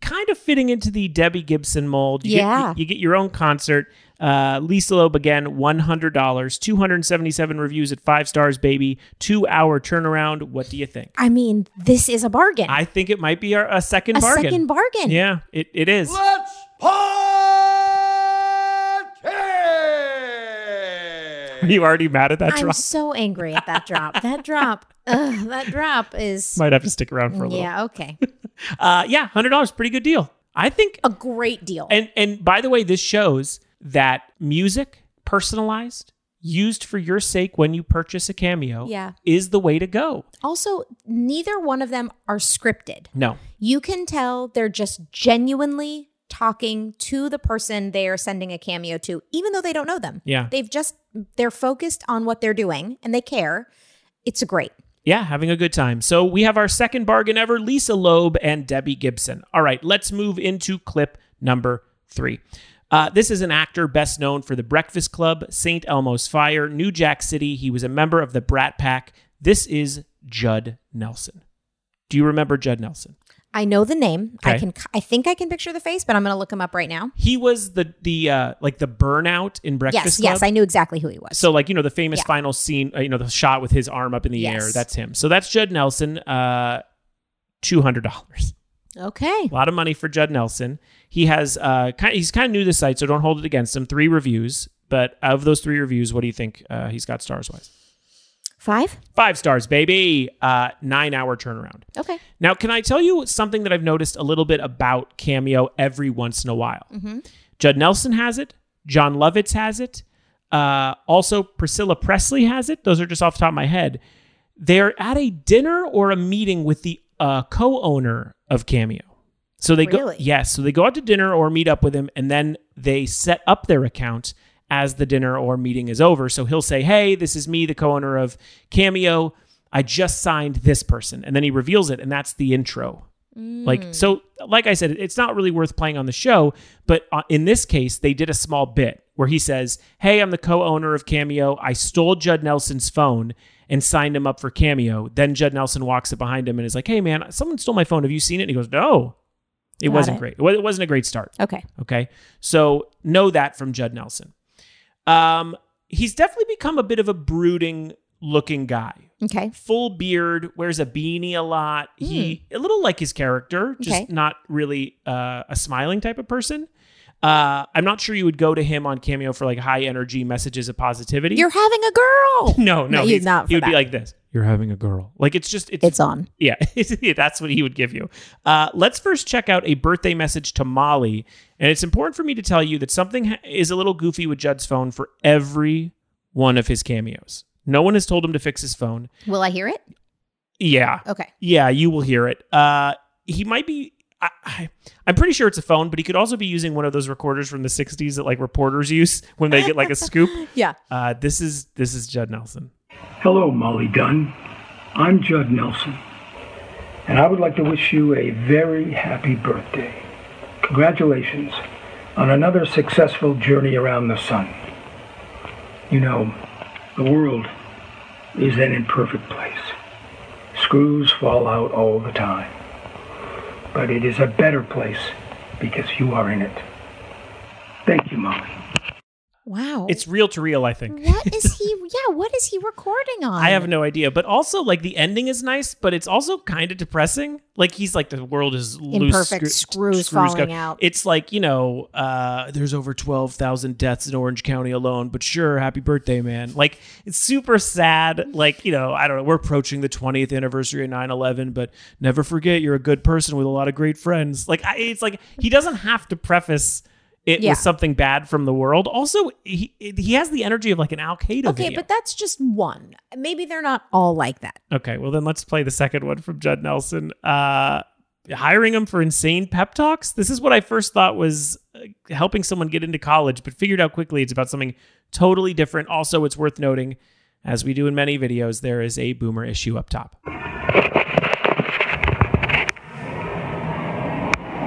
S2: kind of fitting into the Debbie Gibson mold. You
S3: Yeah.
S2: Get, you, get your own concert. Uh, Lisa Loeb again, one hundred dollars, two hundred seventy-seven reviews at five stars, baby. Two-hour turnaround. What do you think?
S3: I mean, this is a bargain.
S2: I think it might be our, a second
S3: a
S2: bargain.
S3: second bargain.
S2: Yeah, it, it is.
S5: Let's podcast!
S2: Are you already mad at that
S3: I'm
S2: drop?
S3: so angry at that drop. That drop. Ugh, that drop is.
S2: Might have to stick around for a little.
S3: Yeah, okay.
S2: Uh, yeah, hundred dollars, pretty good deal. I think
S3: A great deal.
S2: And and by the way, this shows that music personalized, used for your sake when you purchase a cameo,
S3: Yeah.
S2: is the way to go.
S3: also, neither one of them are scripted.
S2: No.
S3: You can tell they're just genuinely talking to the person they are sending a cameo to, even though they don't know them.
S2: Yeah.
S3: They've just, they're focused on what they're doing and they care. It's great.
S2: Yeah, having a good time. So we have our second bargain ever, Lisa Loeb and Debbie Gibson. All right, let's move into clip number three. Uh, this is an actor best known for The Breakfast Club, St. Elmo's Fire, New Jack City. He was a member of the Brat Pack. This is Judd Nelson. Do you remember Judd Nelson?
S3: I know the name. I
S2: Okay.
S3: can, I think I can picture the face, but I'm going to look him up right now.
S2: He was the the uh, like the burnout in
S3: Yes,
S2: Breakfast Club.
S3: yes, I knew exactly who he was.
S2: So like you know the famous
S3: Yeah.
S2: final scene, uh, you know the shot with his arm up in the
S3: Yes.
S2: air. That's him. So that's Judd Nelson. Uh, Two hundred dollars.
S3: okay.
S2: A lot of money for Judd Nelson. He has uh, kind he's kind of new to the site, so don't hold it against him. Three reviews, but of those three reviews, what do you think uh, he's got stars wise?
S3: Five?
S2: Five stars, baby. Uh, nine hour turnaround.
S3: Okay.
S2: Now, can I tell you something that I've noticed a little bit about Cameo every once in a while? Judd Nelson has it. John Lovitz has it. Uh, also, Priscilla Presley has it. Those are just off the top of my head. They're at a dinner or a meeting with the uh, co-owner of Cameo. So they go,
S3: Really?
S2: yes. so they go out to dinner or meet up with him, and then they set up their account as the dinner or meeting is over. So he'll say, "Hey, this is me, the co-owner of Cameo. I just signed this person," and then he reveals it, and that's the intro.
S3: Mm, Hmm.
S2: Like so, like I said, it's not really worth playing on the show, but uh, in this case, they did a small bit where he says, "Hey, I'm the co-owner of Cameo. I stole Judd Nelson's phone and signed him up for Cameo." Then Judd Nelson walks up behind him and is like, "Hey, man, someone stole my phone. Have you seen it?" And he goes, "No." It
S3: Got
S2: wasn't
S3: it.
S2: great. It wa- it wasn't a great start.
S3: Okay.
S2: Okay. So know that from Judd Nelson. Um, he's definitely become a bit of a brooding looking guy.
S3: Okay.
S2: Full beard, wears a beanie a lot. He a little like his character, just
S3: Hmm. Okay.
S2: not really uh, a smiling type of person. Uh, I'm not sure you would go to him on Cameo for like high energy messages of positivity.
S3: You're having a girl.
S2: no, no,
S3: you're
S2: he's-
S3: not
S2: He
S3: for
S2: would be
S3: that.
S2: like this. You're having a girl. Like it's just it's
S3: It's on.
S2: yeah, yeah, that's what he would give you. Uh, let's first check out a birthday message to Molly. And it's important for me to tell you that something ha- is a little goofy with Judd's phone for every one of his cameos. No one has told him to fix his phone.
S3: Will I hear it?
S2: Yeah.
S3: Okay.
S2: Yeah, you will hear it. Uh, he might be. I, I, I'm pretty sure it's a phone, but he could also be using one of those recorders from the '60s that like reporters use when they get like a scoop.
S3: Yeah.
S2: Uh, this is this is Judd Nelson.
S8: Hello, Molly Dunn. I'm Judd Nelson, and I would like to wish you a very happy birthday. Congratulations on another successful journey around the sun. You know, the world is an imperfect place. Screws fall out all the time. But it is a better place because you are in it. Thank you, Molly.
S3: Wow.
S2: It's real to real, I think.
S3: what is he? Yeah, what is he recording on?
S2: I have no idea. But also, like, the ending is nice, but it's also kind of depressing. Like, he's like, the world is loose.
S3: Imperfect screws falling out.
S2: It's like, you know, uh, there's over 12,000 deaths in Orange County alone, but sure, happy birthday, man. Like, it's super sad. Like, you know, I don't know. We're approaching the 20th anniversary of 9 11, but never forget you're a good person with a lot of great friends. Like, I, it's like, he doesn't have to preface. It
S3: Yeah.
S2: was something bad from the world. Also, he he has the energy of like an Al Qaeda.
S3: Okay,
S2: video.
S3: but that's just one. Maybe they're not all like that.
S2: Okay, well then let's play the second one from Judd Nelson. Uh, hiring him for insane pep talks. This is what I first thought was uh, helping someone get into college, but figured out quickly it's about something totally different. Also, it's worth noting, as we do in many videos, there is a boomer issue up top.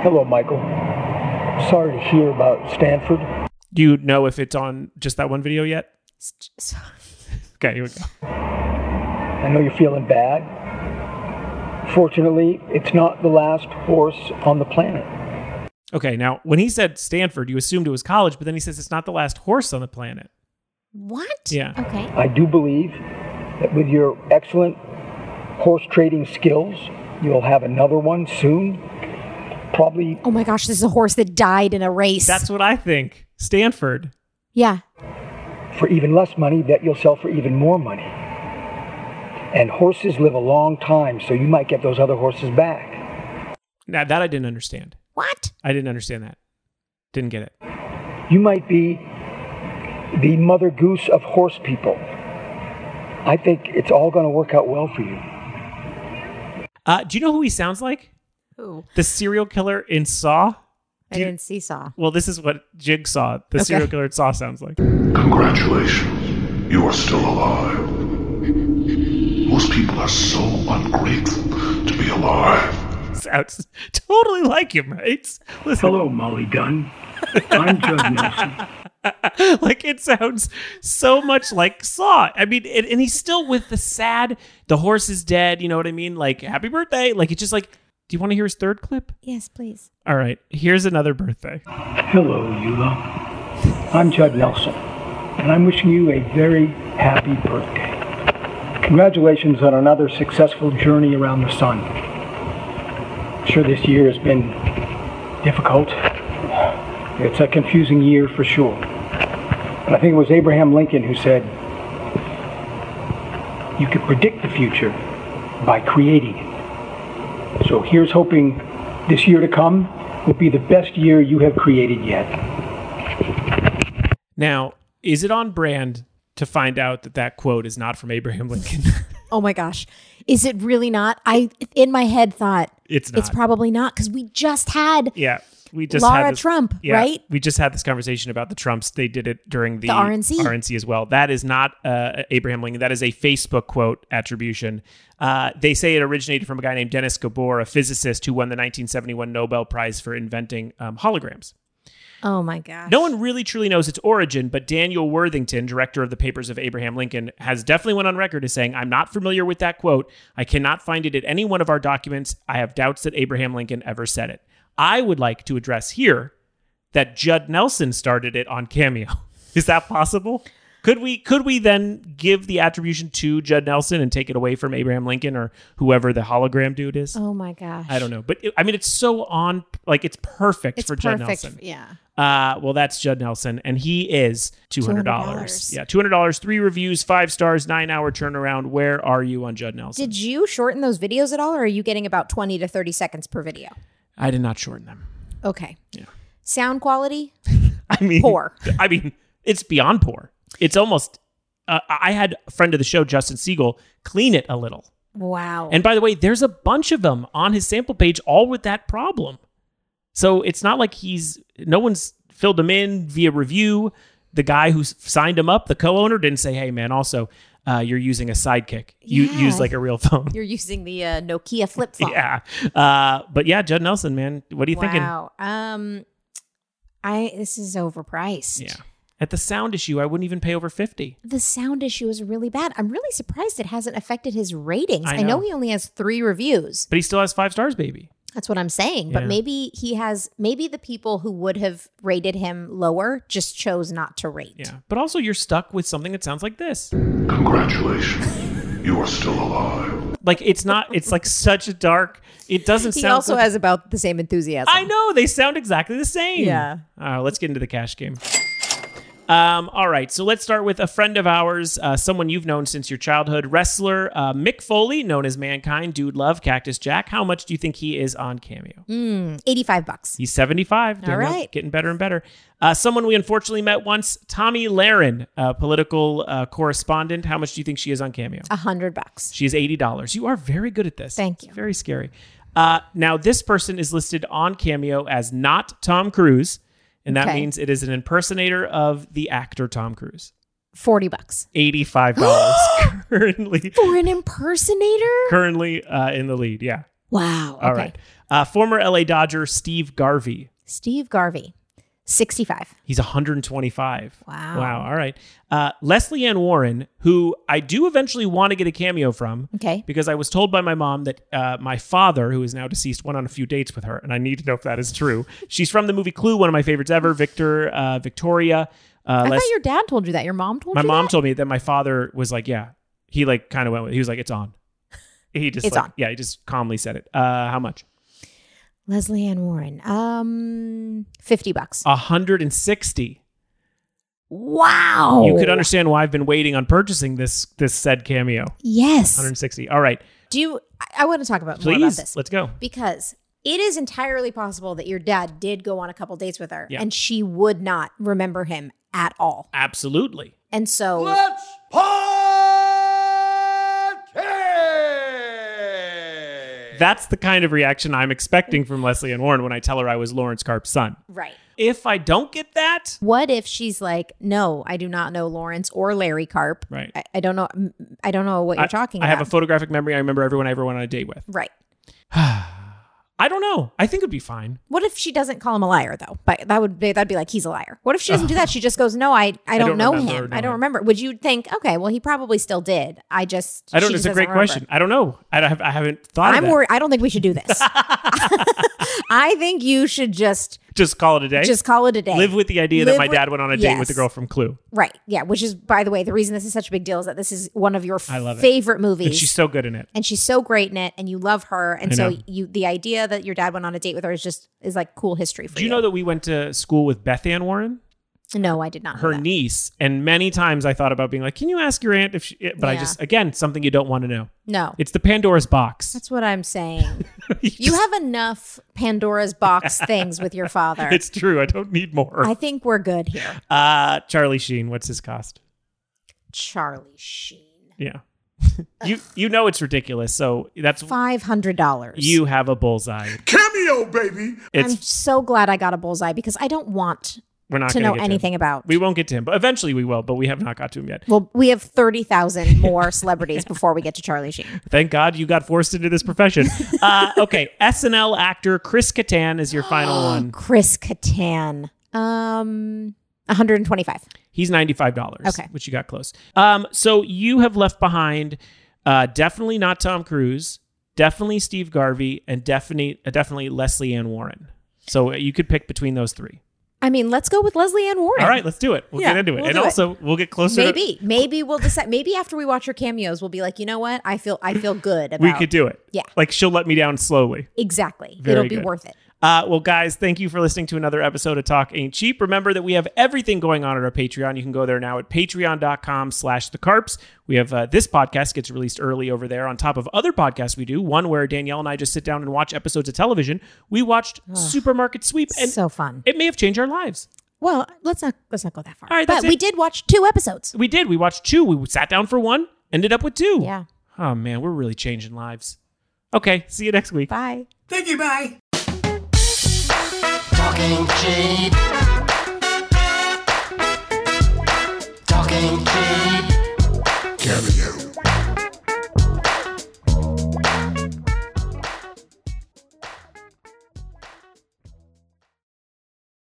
S8: Hello, Michael. Sorry to hear about Stanford.
S2: Do you know if it's on just that one video yet?
S3: S- s-
S2: Okay, here we go.
S8: I know you're feeling bad. Fortunately, it's not the last horse on the planet.
S2: Okay, now when he said Stanford, you assumed it was college, but then he says it's not the last horse on the planet.
S3: What?
S2: Yeah.
S3: Okay.
S8: I do believe that with your excellent horse trading skills, you'll have another one soon. Probably
S3: Oh my gosh, this is a horse that died in a race.
S2: That's what I think. Stanford.
S3: yeah.
S8: for even less money that you'll sell for even more money. And horses live a long time, so you might get those other horses back.
S2: Now that I didn't understand.
S3: What?
S2: I didn't understand that. Didn't get it.
S8: You might be the mother goose of horse people. I think it's all going to work out well for you.
S2: Uh, do you know who he sounds like?
S3: Who?
S2: The serial killer in Saw?
S3: I didn't see saw.
S2: Well, this is what Jigsaw, the
S3: Okay.
S2: serial killer in Saw, sounds like.
S9: Congratulations, you are still alive. Most people are so ungrateful to be alive.
S2: Sounds totally like him, right? Listen,
S8: Hello, Molly Dunn. I'm Judd Nelson.
S2: like it sounds so much like Saw. I mean, and, and he's still with the sad, the horse is dead, you know what I mean? Like, happy birthday. Like, it's just like, do you want to hear his third clip?
S3: Yes, please.
S2: All right, here's another birthday.
S8: Hello, Eula. I'm Judd Nelson, and I'm wishing you a very happy birthday. Congratulations on another successful journey around the sun. Sure, this year has been difficult. It's a confusing year for sure. But I think it was Abraham Lincoln who said, You can predict the future by creating it. So here's hoping this year to come will be the best year you have created yet.
S2: Now, is it on brand to find out that that quote is not from Abraham Lincoln?
S3: Oh my gosh. Is it really not? I in my head thought
S2: it's not.
S3: it's probably not because we just had
S2: yeah. We just
S3: Laura
S2: had this,
S3: Trump, right?
S2: We just had this conversation about the Trumps. They did it during the,
S3: The RNC.
S2: RNC as well. That is not uh, Abraham Lincoln. That is a Facebook quote attribution. Uh, they say it originated from a guy named Dennis Gabor, a physicist who won the 1971 Nobel Prize for inventing um, holograms.
S3: Oh my gosh.
S2: No one really truly knows its origin, but Daniel Worthington, director of the Papers of Abraham Lincoln, has definitely went on record as saying, "I'm not familiar with that quote. I cannot find it at any one of our documents. I have doubts that Abraham Lincoln ever said it." I would like to address here that Judd Nelson started it on Cameo. Is that possible? Could we could we then give the attribution to Judd Nelson and take it away from Abraham Lincoln or whoever the hologram dude is?
S3: Oh my gosh.
S2: I don't know, but it- I mean, it's so on like it's perfect
S3: It's
S2: for Judd
S3: perfect.
S2: Nelson.
S3: Yeah.
S2: Uh, well, that's Judd Nelson, and he is two hundred dollars.
S3: $200.
S2: Yeah, two hundred dollars, three reviews, five stars, nine hour turnaround. Where are you on Judd Nelson?
S3: Did you shorten those videos at all, or are you getting about twenty to thirty seconds per video?
S2: I did not shorten them.
S3: Okay. Yeah. Sound quality.
S2: I mean,
S3: Poor.
S2: I mean, it's beyond poor. It's almost. Uh, I had a friend of the show, Justin Siegel, clean it a little.
S3: Wow.
S2: And by the way, there's a bunch of them on his sample page, all with that problem. So it's not like he's no one's filled them in via review. The guy who s- signed him up, the co-owner, didn't say, "Hey, man, also uh, you're using a sidekick. You
S3: Yeah.
S2: use like a real phone."
S3: You're using the uh, Nokia flip phone.
S2: yeah, uh, but yeah, Judd Nelson, man, what are you thinking?
S3: Wow. Um, I this is overpriced.
S2: Yeah. At the sound issue, I wouldn't even pay over 50.
S3: The sound issue is really bad. I'm really surprised it hasn't affected his ratings.
S2: I
S3: I know,
S2: know.
S3: he only has three reviews.
S2: But he still has five stars, baby.
S3: That's what I'm saying. But
S2: Yeah.
S3: maybe he has, maybe the people who would have rated him lower just chose not to rate.
S2: Yeah. But also, you're stuck with something that sounds like this.
S9: Congratulations, you are still alive.
S2: Like, it's not, it's like such a dark, it doesn't
S3: He
S2: sound.
S3: also
S2: good.
S3: has about the same enthusiasm.
S2: I know they sound exactly the same.
S3: Yeah.
S2: Uh, let's get into the cash game. Um, all right, so let's start with a friend of ours, uh, someone you've known since your childhood, wrestler uh, Mick Foley, known as Mankind, Dude Love, Cactus Jack. How much do you think he is on Cameo?
S3: 85 bucks.
S2: He's 75. Daniel,
S3: right.
S2: Getting better and better. Uh, someone we unfortunately met once, Tommy Laren, uh, political uh, correspondent. How much do you think she is on Cameo?
S3: A 100 bucks.
S2: She is $80. You are very good at this.
S3: Uh, Thank
S2: It's
S3: you.
S2: very scary. Uh, now, this person is listed on Cameo as not Tom Cruise, and that
S3: Okay.
S2: means it is an impersonator of the actor Tom Cruise.
S3: 40 bucks.
S2: $85 currently
S3: For an impersonator?
S2: currently uh, in the lead. Yeah.
S3: Wow. Okay.
S2: All right. Uh, former LA Dodger Steve Garvey.
S3: Steve Garvey, 65.
S2: He's 125.
S3: Wow.
S2: Wow. All right. Uh, Leslie Ann Warren, who I do eventually want to get a cameo from
S3: Okay.
S2: because I was told by my mom that uh, my father, who is now deceased, went on a few dates with her, and I need to know if that is true. She's from the movie Clue, one of my favorites ever. Victor, uh, Victoria. Uh,
S3: I
S2: Les-
S3: thought your dad told you that. Your mom told
S2: my
S3: you
S2: mom
S3: that?
S2: told me that my father was like, yeah, he like kind of went with. He was like, it's on. He just
S3: It's
S2: like-
S3: on.
S2: yeah, he just calmly said it. Uh, how much?
S3: Leslie Ann Warren. Um, 50 bucks.
S2: 160.
S3: wow.
S2: You could understand why I've been waiting on purchasing this this said cameo.
S3: Yes.
S2: 160. All right.
S3: Do you, I, I want to talk about more about
S2: Please,
S3: this.
S2: let's go.
S3: because it is entirely possible that your dad did go on a couple dates with her
S2: Yeah.
S3: and she would not remember him at all.
S2: Absolutely.
S3: And so
S5: Let's podcast.
S2: That's the kind of reaction I'm expecting from Leslie and Warren when I tell her I was Lawrence Carp's son.
S3: right.
S2: If I don't get that,
S3: What if she's like, "No, I do not know Lawrence or Larry Carp.
S2: Right.
S3: I, I don't know I don't know what
S2: I,
S3: you're talking
S2: I
S3: about."
S2: have a photographic memory. I remember everyone I ever went on a date with.
S3: right.
S2: I don't know. I think it'd be fine.
S3: What if she doesn't call him a liar though? But that would be that'd be like he's a liar. What if she doesn't do that? She just goes, "No, I I
S2: Oh.
S3: don't,
S2: don't
S3: know
S2: remember or
S3: him. I
S2: know
S3: don't
S2: him."
S3: remember." Would you think, "Okay, well he probably still did. I just
S2: I don't.
S3: she
S2: It's
S3: just
S2: a great
S3: doesn't remember.
S2: question. I don't know. I don't have. I haven't thought. of
S3: I'm
S2: that.
S3: worried. I don't think we should do this. I think you should just
S2: Just call it a day.
S3: just call it a day.
S2: live with the idea that
S3: Live
S2: my
S3: with-
S2: dad went on a date with the
S3: Yes.
S2: girl from Clue,
S3: right. Yeah, which is by the way the reason this is such a big deal is that this is one of your
S2: I love it.
S3: favorite movies.
S2: and she's so good in it.
S3: and she's so great in it and you love her and
S2: I
S3: so
S2: know.
S3: you the idea that your dad went on a date with her is just is like cool history for
S2: Do you know that we went to school with Beth Ann Warren,
S3: no i did not know
S2: her
S3: that.
S2: niece, and many times I thought about being like, "Can you ask your aunt if?" she But I
S3: Yeah.
S2: just again something you don't want to know.
S3: no
S2: It's the Pandora's box.
S3: that's what i'm saying
S2: You
S3: you
S2: just-
S3: have enough pandora's box things with your father
S2: It's true. I don't need more.
S3: i think we're good here
S2: Uh Charlie Sheen, what's his cost?
S3: charlie sheen
S2: Yeah. you you know it's ridiculous, so that's
S3: $500
S2: you have a bullseye.
S5: Cameo, baby.
S2: It's
S3: i'm so glad i got a bullseye because i don't want
S2: we're not
S3: to
S2: gonna
S3: know
S2: get
S3: anything
S2: To him.
S3: about
S2: We won't get to him, but eventually we will, but we have not got to him yet.
S3: well we have 30000 more celebrities before we get to charlie sheen
S2: Thank God you got forced into this profession. uh okay, SNL actor Chris Kattan is your final one.
S3: chris catan um 125
S2: He's $95.
S3: Okay.
S2: Which you got close. Um, so you have left behind uh, definitely not Tom Cruise, definitely Steve Garvey, and definitely, uh, definitely Leslie Ann Warren. So uh, you could pick between those three.
S3: I mean, let's go with Leslie Ann Warren.
S2: All right, let's do it. We'll
S3: Yeah,
S2: get into it.
S3: we'll
S2: and
S3: do it.
S2: also, we'll get closer to
S3: Maybe, maybe we'll decide. Maybe after we watch her cameos, we'll be like, you know what? I feel, I feel good about.
S2: We could do it.
S3: Yeah.
S2: Like she'll let me down slowly.
S3: exactly.
S2: Very
S3: It'll be
S2: good.
S3: worth it.
S2: Uh, well, guys, thank you for listening to another episode of Talk Ain't Cheap. Remember that we have everything going on at our Patreon. You can go there now at patreon.com slash the carps. We have uh, this podcast gets released early over there on top of other podcasts we do, one where Danielle and I just sit down and watch episodes of television. We watched Supermarket Sweep, and
S3: so fun.
S2: it may have changed our lives.
S3: well, let's not let's not go that far.
S2: All right,
S3: but
S2: that's
S3: we
S2: it.
S3: did watch two episodes.
S2: We did. We watched two. We sat down for one, ended up with two.
S3: Yeah.
S2: Oh, man, we're really changing lives. Okay, see you next week.
S3: Bye.
S1: Talking cheap.